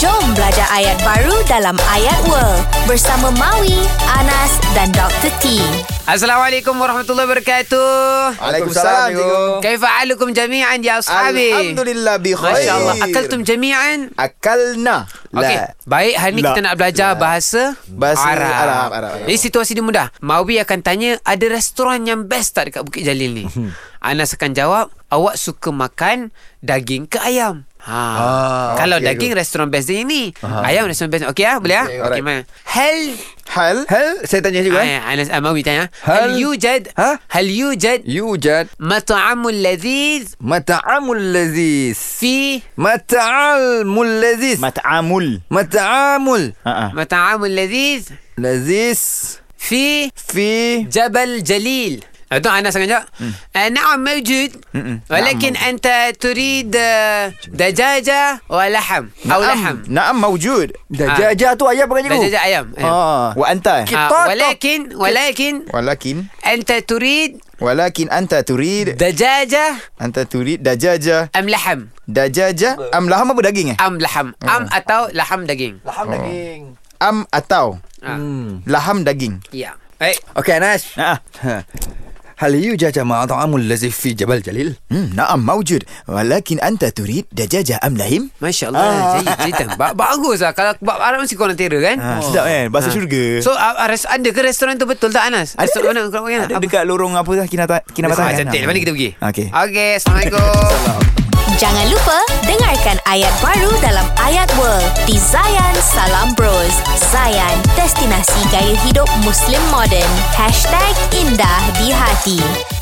Belajar ayat baru dalam Ayat World bersama Maui, Anas dan Dr. T. Assalamualaikum warahmatullahi wabarakatuh. Waalaikumsalam, cikgu. Kaifa halukum jami'an ya ashabi? Alhamdulillah bi khair. Masya Allah. Akaltum jami'an? Akalna. Okey, La. baik hari ni La. kita nak belajar La. bahasa, Bahasa Arab. Arab, Arab, Arab. Jadi situasi dia mudah. Mawi akan tanya ada restoran yang best tak dekat Bukit Jalil ni? Hmm. Anas akan jawab, awak suka makan daging ke ayam? Ha. Ah, Kalau okey, daging restoran best dia ini. Ayam restoran best. Okey ah, boleh ah? Okey, Okey, alright. mai. Hal Hal. Hal. Saya tanya juga. Ah, eh? ya. Ayah, Anas Amawi tanya. Hal, Hal- yujad? Ha? Hal yujad Yujad mat'amul ladhiz mata'amul lazis. fi Mata'amul lazis. Mat'amul. Mata'amul Ha ah. mat'amul ladhiz lazis fi fi Jabal Jalil. Ah, Tu Anas akan jawab. Ah, Naam mawjud. Walakin anta turid ah, dajaja wa laham. Au نعم، laham. Naam mawjud. Ah, آه، Dajajah Eh, tu ayam bukan cikgu? Dajaja ayam. ya. Ah, Ah. Wa anta. kita- Walakin walakin Walakin anta turid walakin anta turid dajaja anta turid dajaja am laham. dajaja am laham apa daging eh? Am laham. Am atau laham daging. Laham daging. Am atau Ah, Hmm. laham daging. Ya. Baik. Okey, Anas. Ha ah. Hal yujad mata'amul lazis fi Jabal Jalil? Hmm, naam mawjud. Walakin anta turid dajaja am lahim? Masya Allah ah. Cerita ba- Bagus lah Kalau bab Arab mesti korang terror kan Ah, sedap kan? Bahasa syurga. So uh, res- ada ke restoran tu betul tak Anas? Ada, restoran mana? Korang- Ada apa? dekat lorong apa dah Kinata Kinabatan. Ah, cantik Lepas ni kita pergi Okey. Okay Assalamualaikum Jangan lupa dengarkan ayat baru dalam Ayat World di Zayan Salam Bros. Zayan, destinasi gaya hidup Muslim modern. #IndahDiHati